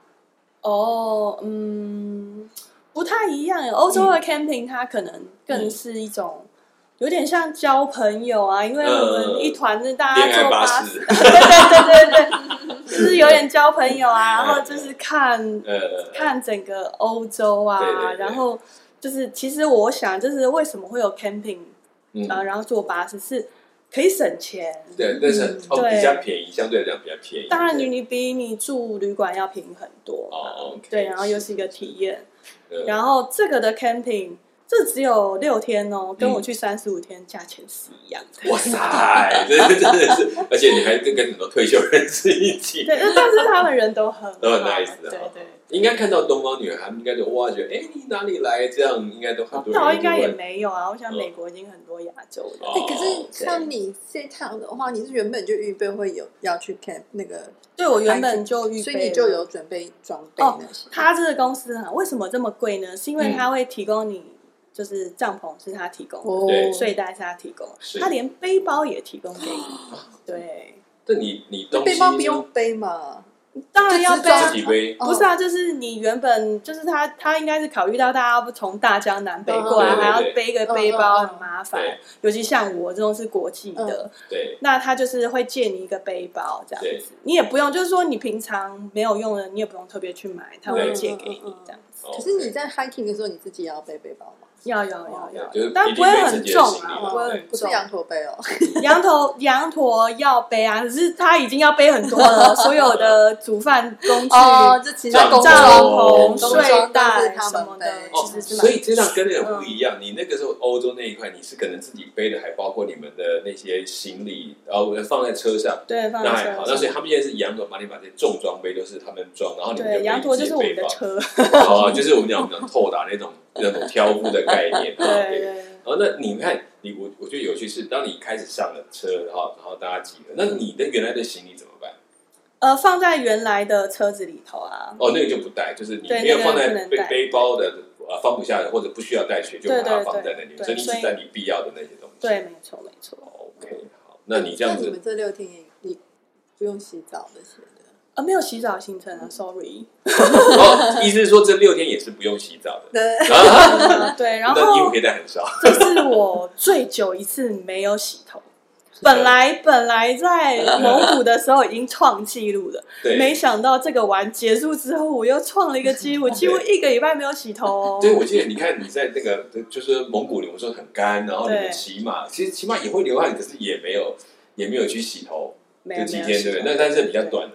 C: 哦，嗯，不太一样。欧洲的 camping 它可能更是一种。有点像交朋友啊，因为我
A: 嗯
C: 们一团是大
A: 恋
C: 家
A: 爱
C: 啊坐
A: 巴
C: 巴
A: 士，
C: 对对对对对，就是有点交朋友啊，然后就是看
A: 呃，
C: 看整个欧洲啊，
A: 对对对
C: 然后就是其实我想，就是为什么会有 camping
A: 嗯，
C: 啊、然后坐巴士是可以省钱。
A: 对，但是
B: 嗯
A: 哦
C: 对
A: 比较便宜，相对来讲比较便宜。
C: 当然你
A: 对
C: 你比你住旅馆要便宜很多嘛
A: 哦，OK，
C: 对，然后又是一个
A: 是是
C: 体验，
A: 呃
C: 然后这个的 camping 这只有六天哦，跟
A: 嗯
C: 我去三十五天价钱是一样的。
A: 哇塞， 真的真的是，而且你还跟很多退休人士一起，
C: 对，但是他们人都很好，
A: 都很 nice
C: 对
A: 的哦
C: 对。
A: 应该看到东方女孩，他们应该就哇觉得，哎，你哪里来？这样应该都很多人就
C: 到
A: 会。嗯
C: 应该也没有啊，我想美国已经很多亚洲人。
A: 哦
B: 哎、可是像你这趟的话，你是原本就预备会有要去 camp 那个，
C: 对我原本就预备了，
B: 所以你就有准备装备
C: 哦
B: 那些。
C: 他这个公司啊，为什么这么贵呢？是因
A: 嗯
C: 为他会提供你，就是帐篷是他提供
B: 哦
C: 的，
A: 对
C: 睡袋是哦他提供的
A: 是，
C: 他连背包也提供 给你。对，
A: 但你你
B: 那
A: 东西
B: 背包不用背嘛？
C: 当然要背
B: 就
C: 啊
A: 自。己背，
B: 哦
C: 不是啊，就是你原本就是他，他应该是考虑到大家不从大江南北过来，
A: 嗯对对
C: 还
A: 对
C: 要背一个背包
B: 嗯嗯嗯
C: 很麻烦
A: 对，
C: 尤其像我这种是国际的，
A: 对
C: 那他就是会借你一个背包这
A: 嗯
C: 样
A: 对
C: 子，你也不用，就是说你平常没有用的，你也不用特别去买，他会
A: 对
C: 借给你
B: 嗯嗯嗯
C: 这样子。
A: 哦
B: 可是你在 hiking 的时候，你自己也要背背包吗？
C: 要要要要
A: 就是，
C: 但
A: 一定
C: 不会
A: 会
C: 很
A: 自己的
C: 重
A: 行
C: 啊，
A: 李
C: 不会很
B: 不是
C: 重。
B: 羊驼背哦，
C: 羊头羊驼要背啊，可是他已经要背很多 了，所有的煮饭工具、
A: 哦
B: 这其
A: 他工作
C: 帐
A: 工
C: 篷、
A: 作
C: 睡
B: 都是
C: 袋
B: 他
C: 什
B: 们
C: 么
B: 背
C: 的，
A: 哦
C: 其实是
A: 所
C: 蛮嗯
A: 以这样跟那个不一样。你那个时候欧洲那一块，你是可能自己背的，还包括你们的那些行李，然后放在车上，
C: 对，放
A: 那还
C: 在
A: 好。
C: 车
A: 那所以
C: 上。
A: 他们现在是羊驼把你把这些重装备都是他们装，然后你们
C: 对，羊驼
A: 就自
C: 就是
A: 己
C: 我
A: 背
C: 们 的
A: 包。
C: 车，
A: 哦，就是我们讲我们讲透打那种那种挑夫的概念。
C: 对
A: 哦
C: 对对。
A: 然后那你看，你我我觉得有趣是，当你开始上了车，然后然后大家集合，那你的原来的行李怎么办？
C: 呃，放在原来的车子里头啊。
A: 哦，那个就不带，就是你
C: 对
A: 没有放
C: 那个不
A: 在
C: 能
A: 背
C: 带
A: 背包的呃放不下的或者不需要带去，就把
C: 对对
A: 它
C: 对
A: 放在那里，
C: 对
A: 所以你只
C: 所以
A: 带你必要的那些东西。
C: 对，没错没错。
A: ，OK，好，那你这样
B: 那你
A: 子
B: 们这六天也也不用洗澡那些的，
C: 呃，没有洗澡行程啊，sorry。
A: 哦，意思是说这六天也是不用洗澡的，
B: 对，
A: 啊
C: 呃对，然
A: 那衣服
C: 后
A: 可以带很 少，
C: 这是我最久一次没有洗头。本来本来在蒙古的时候已经创纪录了，
A: 对，
C: 没想到这个完结束之后，我又创了一个纪录，几乎一个礼拜没有洗头哦。
A: 对，我记得你看你在那个就是蒙古，我说很干，然后你
C: 对
A: 们骑马，其实骑马也会流汗，可是也没有也没有去洗头，
C: 没
A: 就
C: 有
A: 几
C: 没有
A: 天
C: 洗
A: 对
C: 头
A: 不对？那但是比较短的，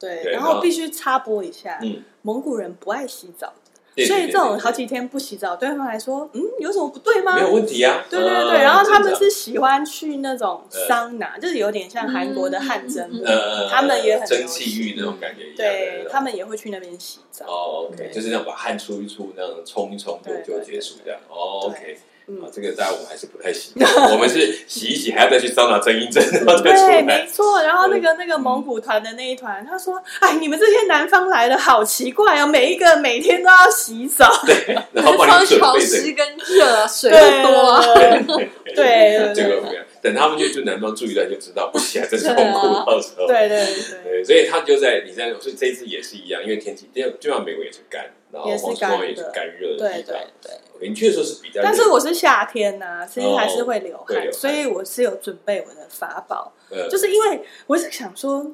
A: 对
C: 对，然
A: 然后
C: 后必须插播一下，
A: 嗯，
C: 蒙古人不爱洗澡，
A: 对
C: 所以这种好
A: 对
C: 几天不洗澡，对他们来说，嗯，有什么不对吗？
A: 没有问题啊，
C: 对对对，
A: 嗯
C: 然后他们
A: 正
C: 是喜欢去那种桑拿，就是有点像韩国的汗蒸
A: 常
B: 嗯
C: 的，
A: 呃
C: 他们也很
A: 蒸
C: 流
A: 汽浴那种感觉一样，
C: 对他
A: 们
C: 们也会去那边洗澡。
A: 哦 OK，
C: 对
A: 就是那样把汗出一出，那样冲一冲就
C: 对
A: 就
C: 对
A: 结束这样哦 OK。
C: 嗯
A: 啊，这个大家我们还是不太 行，我们是洗一洗，还要再去桑拿蒸一蒸，然后再出
C: 对，
A: 来
C: 没。错。然后那个那个蒙古团的那一团，他说：“哎，你们这些南方来的好奇怪哦，每一个每天都要洗澡。
A: 对，然后 帮你准备这个。
B: 跟热啊，水
C: 对”
B: 啊，
C: 对对对
A: 这个
C: 对啊
A: 不一样。等他们去住南方住一段就知道，不行，啊真是痛苦，到时候。
C: 对对对，
A: 对，所以他就在你在，所以这一次也是一样，因为天气，就就像美国也是干，然后
C: 也是
A: 黄石
C: 干
A: 公园也是
C: 的
A: 干热的地
C: 对
A: 方
C: 对。对。
A: 你去的时候是比较热，
C: 但是我是夏天呐、其实还是会流
A: 哦会
C: 汗，
A: 流汗
C: 所以我是有准备我的法宝，
A: 呃
C: 就是因为我是想说，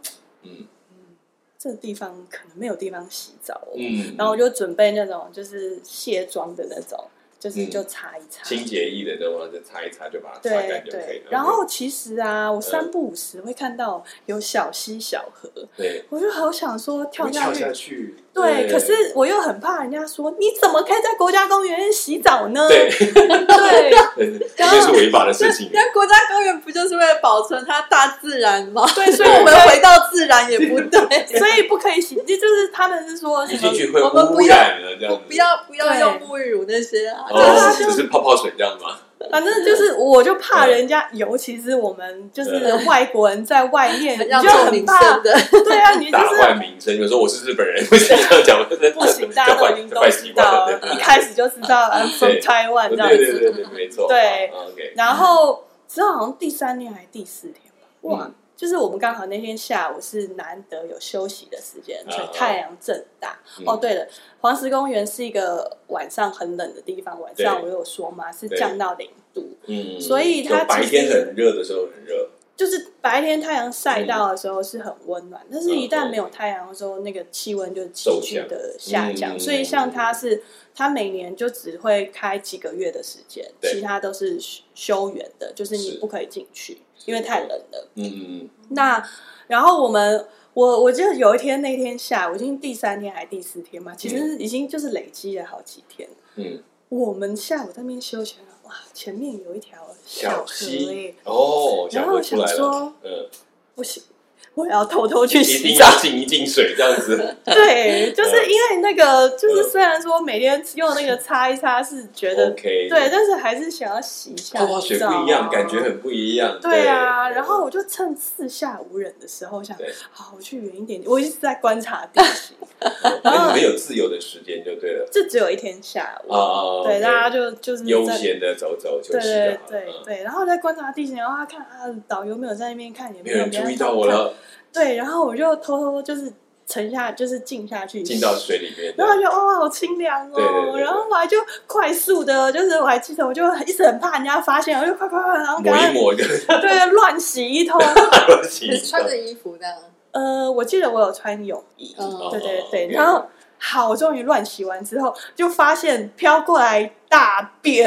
A: 嗯
C: 这地方可能没有地方洗澡哦、
A: 嗯，
C: 然后我就准备那种就是卸妆的那种，就是
A: 嗯
C: 就擦一擦。
A: 清洁液的东西就擦一擦就把它擦
C: 对
A: 干就可以嗯
C: 对
A: 了。，
C: 然后其实啊，我三不五时会看到有小溪小河，
A: 对，
C: 我就好想说跳
D: 会
C: 下
D: 跳
C: 去
D: 下去，
C: 对，
A: 对
C: 可是我又很怕人家说你怎么可以在国家公园洗澡呢？
A: 对，
C: 对， 然后
A: 这是违法的事情。
B: 那国家公园不就是为了保存它大自然吗？
C: 对所以
B: 我们回到自然也不对，
C: 所以不可以洗，这就是他们是说
A: 一
C: 什
A: 进
C: 么？
A: 去会
B: 我们不
A: 污
B: 要
A: 染了这样子。
B: 不要不要
C: 对
B: 用沐浴乳那些啊，
C: 对啊
A: 哦，
C: 就
A: 只是泡泡水这样吗？
C: 反正就是我就
A: 嗯
C: 怕人家，尤其是我们就是外国人在外面，你
B: 要
C: 就
B: 做
C: 很
B: 民
C: 怕
B: 生。的。
C: 对啊，你就
A: 打
C: 是
A: 坏名声，有时候我是日本人，不行这样讲，
C: 不 行，大
A: 这
C: 家
A: 坏
C: 都已经
A: 这
C: 都
A: 坏
C: 知
A: 习
C: 道
A: 惯
C: 了
A: 了，对，
C: 一开始就知道了 from
A: 对
C: Taiwan 这
A: 对
C: 样
A: 对
C: 子。
A: 对对对，没错，
C: 对
A: 啊，OK，
C: 然后之后好像第三天还是第四天吧，哇！
A: 嗯
C: 就是我们刚好那天下午是难得有休息的时间，
A: 啊
C: 所以太阳正大。
A: 嗯
C: 哦，对了，黄石公园是一个晚上很冷的地方，晚上我有说嘛，是降到零度，
A: 嗯，
C: 所以它
A: 就白
C: 其实
A: 天很热的时候很热，
C: 就是白天太阳
A: 嗯
C: 晒到的时候是很温暖，但是一旦没有太阳的时候，那个气温就急剧的下
A: 骤降嗯
C: 降。
A: 嗯
C: 所以像它是，它每年就只会开几个月的时间，
A: 对
C: 其他都是休休园的，就是你
A: 是
C: 不可以进去，因为太冷了。
A: 嗯，
C: 那然后我们，我我记得有一天那天下午，已经第三天还是第四天嘛，其实已经就是累积了好几天。
A: 嗯，
C: 我们下午在那边休息，哇，前面有一条
A: 小
C: 河
A: 溪
C: 欸，
A: 哦，小
C: 然后
A: 河出
C: 想
A: 来了，
C: 说
A: 嗯，
C: 不行，我也要偷偷去
A: 一
C: 洗
A: 定
C: 澡。
A: 要进一进水这样子，
C: 对，就是因为那个，就是
A: 嗯
C: 虽然说每天用那个擦一擦是 觉得
A: OK
C: 对，但是还是想要洗一下
A: 泡泡水
C: 澡啊
A: 不一样，感觉很不一样，
C: 对啊，然 后我就趁四下无人的时候想
A: 对，
C: 好，我去远一点。我一直在观察地 形，
A: 那你们有自由的时间就对了
C: 这只有一天下午，
A: 啊，
C: 对，大家
A: 家
C: 就就是
A: 悠
C: 在。
A: 闲的走走休
C: 对
A: 息就
C: 对
A: 好
C: 对
A: 了，嗯
C: 对，然后在观察地形，然后他看啊，导游没有在那边看，也
A: 没
C: 没
A: 有人
C: 别
A: 注
C: 人
A: 意到我了，
C: 对，然后我就偷偷就是沉下，就是静下去，
A: 进到水里面，
C: 然后我就哇、好清凉哦！
A: 对对对对
C: 然后我还就快速的，就是我还记得，我就一直很怕人家发现，我就快快快，然后
A: 抹
C: 赶
A: 一
C: 快
A: 抹就
C: 对乱洗一通。
A: 洗
B: 你
A: 一
B: 穿
A: 下
B: 着衣服这样，
C: 呃，我记得我有穿泳衣，
B: 嗯
C: 对对
A: 哦
C: 对，
A: ，OK
C: 然后。好，我终于乱洗完之后，就发现飘过来大便，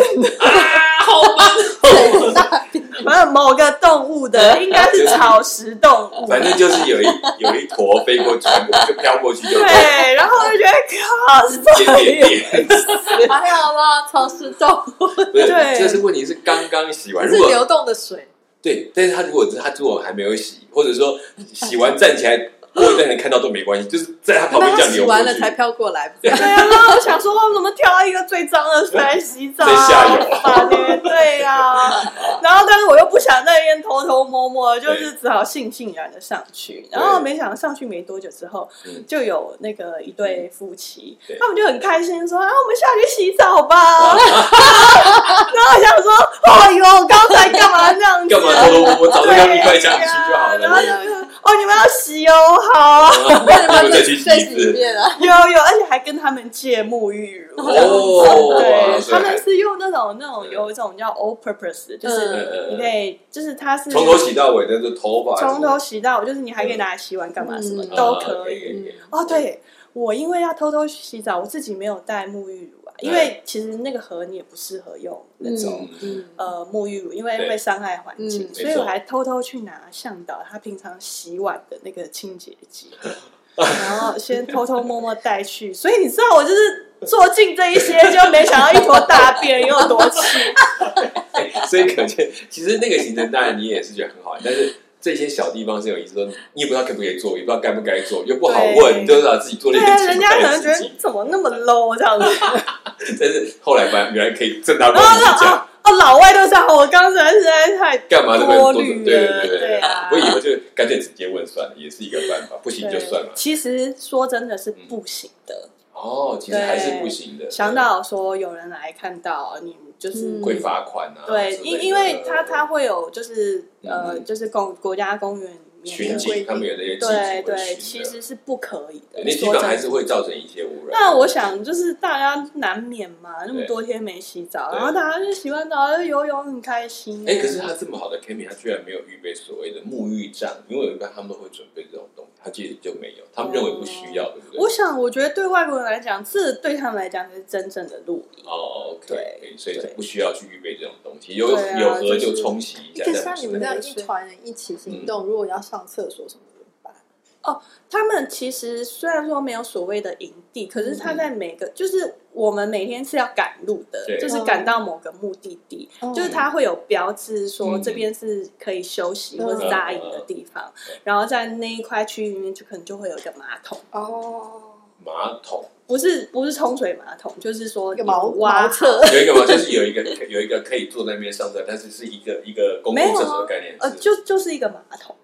B: 对，那
C: 反正某个动物的，应该是草食动 物。
A: 反正就是有一有一坨飞过去，就飘过去就
C: 对，然后我就觉得，靠，是这
A: 点点点。
B: 还好吧，潮湿重，
A: 不是，
C: 对
A: 这是问题是刚刚洗完，
B: 是
A: 如果
B: 流动的水，
A: 对，但是他如果他如果还没有洗，或者说洗完站起来，过一段人看到都没关系，就是在他旁边
B: 那
A: 这
B: 它
A: 样
B: 洗
A: 流过
B: 完了
A: 去，
B: 才飘过来，不 是
C: 对啊，然后我想说，我怎么挑一个最脏的水来洗澡？
A: 在下游
C: 好烦欸对呀、然后，但是我又不想在那边偷偷摸摸，就是只好悻悻然的上去。然后没想到上去没多久之后
A: 嗯，
C: 就有那个一对夫妻
A: 对，
C: 他们就很开心说：“啊，我们下去洗澡 吧。”然后我想说：“哦哟，刚才干嘛那样子？”
A: 干嘛偷偷摸摸，早就
C: 对
A: 要一块下去
C: 呀
A: 就好
C: 然后就
A: 了。
C: 哦，你们要洗哦，好啊，
B: 为
A: 我
B: 了
A: 们
B: 在
A: 再去洗
B: 在
A: 一
B: 洗里
A: 次。
B: 面啊，
C: 有有，而且还跟他们借沐浴乳。
A: 哦，哇
C: 对，
A: 所
C: 他
A: 以还
C: 们是用那种那种有一种叫 all purpose，就
A: 嗯
C: 是
A: 嗯
C: 你
A: 嗯
C: 可以，就是它是
A: 从头洗到尾，但是头发
C: 从头洗到尾，就是你还可以拿来洗碗干嘛，
B: 嗯
C: 什么
B: 嗯
C: 都可以。
A: 嗯
C: 哦，对，我因为要偷偷洗澡，我自己没有带沐浴乳啊，因为其实那个盒你也不适合用那种。
A: 嗯
B: 嗯，
C: 呃，沐浴乳因为
A: 对
C: 会伤害环境，
B: 嗯
C: 所以我还偷偷去拿向导他平常洗碗的那个清洁 剂，然后先偷偷摸摸带去。所以你知道我就是做尽这一些，就没想到一坨大便有 多气。
A: 所以可见，其实那个行程当然你也是觉得很好玩，但是这些小地方是有意思，说你也不知道该不该做，也不知道该不该做，又不好问，
C: 对
A: 你就知道自己做了
C: 对
A: 一
C: 啊，
A: 件
C: 人
A: 奇
C: 家
A: 怪
C: 可
A: 的
C: 能觉
A: 事
C: 得你
A: 情。
C: 怎么那么 low 这 样子，
A: 但是后来发现原来可以正大
C: 然
A: 光
C: 后
A: 明
C: 说
A: 地讲，
C: 啊啊，老外都是好，我刚才实在是太
A: 干嘛这么
C: 多
A: 多
C: 虑
A: 对
C: 了，
A: 对对
C: 啊。
A: 我以后就干脆直接问算了，也是一个办法，不行就算
C: 对
A: 了，。
C: 其实说真的是不行的。
A: 哦，其实还是不行的，呃
C: 想到说有人来看到你，就是
B: 嗯
A: 会罚款啊，
C: 对，
A: 之类的
C: 因因为它它会有就是
A: 嗯
C: 呃，就是公国家公园里面
A: 巡
C: 的
A: 警他们有那些禁
C: 对
A: 止
C: 对，其实是不可以的。
A: 那基
C: 说
A: 本
C: 真
A: 还
C: 的，
A: 是会造成一些污染。
C: 那我想就是大家难免嘛，那么
A: 对
C: 多天没洗澡，
A: 对哎
C: 然后大家就洗完澡就游泳很开心啊。
A: 哎、可是他这么好的 camping，他居然没有预备所谓的沐浴杖，因为我一般他们都会准备这种东西，他他其实就没有，他们认为不需要，对不对？
C: 哦我想，我觉得对外国人来讲，这对他们来讲才是真正的露营。
A: 哦，OK，
C: 对
A: 可以所以
C: 对
A: 不需要去预备这种东西，有
C: 对啊
A: 有河
C: 就
A: 就是冲洗一下。
B: 可是
A: 再
B: 像
A: 补
B: 你们这
A: 水
B: 样一团人一起行
A: 嗯
B: 动，如果要上厕所什么怎么办？
C: 他们其实虽然说没有所谓的营地，可是
A: 嗯
C: 他在每个、就是我们每天是要赶路的，
A: 对
C: 就是赶到某个目的地，
B: 哦
C: 就是它会有标志说
A: 嗯
C: 这边是可以休息
B: 嗯
C: 或是扎营的地方，
A: 嗯
C: 然后在那一块区域里面就可能就会有一个马桶，
B: 哦，
A: 马桶
C: 不是不是冲水马桶，就是说
B: 一个茅
C: 挖
B: 茅厕，
A: 有一个嘛，就是有一个有一个可以坐在那边上厕，但是是一个一个公共
C: 没有啊
A: 厕所的概念，
C: 呃，
A: 是
C: 就就是一个马桶，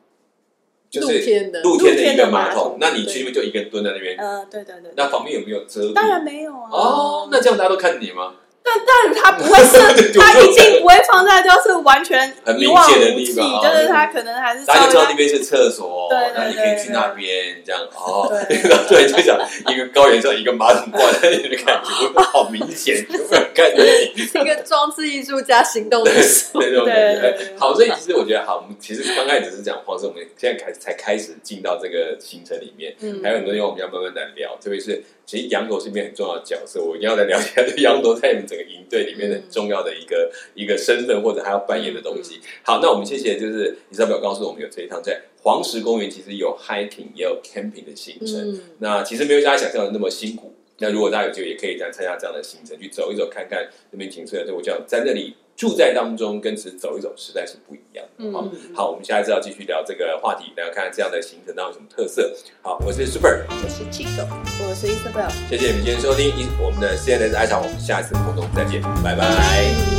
A: 就
B: 露
A: 是
B: 天的
A: 露天的一
C: 露天的
A: 个
C: 马
A: 马
C: 桶
A: 桶，那你去那边就一个人蹲在那边，
C: 呃，对对对，
A: 那旁边有没有遮蔽？
C: 当然没有啊，
A: 哦，那这样大家都看你吗？
C: 但他不会设，他一定不会放在就是完全一望无际，
A: 哦
C: 就是他可能还是稍
A: 大家就知道那
C: 微
A: 边是厕所，
C: 对对
A: 然后你可以去那边这样哦。
C: 对
A: 然后突然就想一个高原上一个马桶挂在那边的感觉， 好明显，有没有看见你？
B: 是 一个装置艺术家行动的手。
A: 对这种
C: 对
A: 感
C: 对对
A: 觉。好，所以其实我觉得好，我们其实刚开始是讲黄色，我们现在开才开始进到这个行程里面，
C: 嗯
A: 还有很多地方我们要慢慢来聊，特别是其实羊驼是一面很重要的角色，我一定要来聊一下，就羊驼在你们整个营队里面
B: 嗯
A: 很重要的一个、一个身份或者他要扮演的东
B: 嗯
A: 西。好，那我们谢谢，就是你知道没有告诉我们有这一趟在黄石公园，其实有 hiking 也有 camping 的行程。
B: 嗯，
A: 那其实没有大家想象的那么辛苦。那如果大家有机会，也可以这样参加这样的行程，去走一走，看看那边景色。对我讲，在那里住在当中，跟只走一走，实在是不一样的。好、
C: 嗯
A: 好，我们下一次要继续聊这个话题，大家看看这样的行程当中有什么特色。好，我是 Super，
B: 我是 Chico。
C: 我是 Isabel。
A: 谢谢你们今天收听我们的 CNS 爱场，我们下一次活动再见，拜拜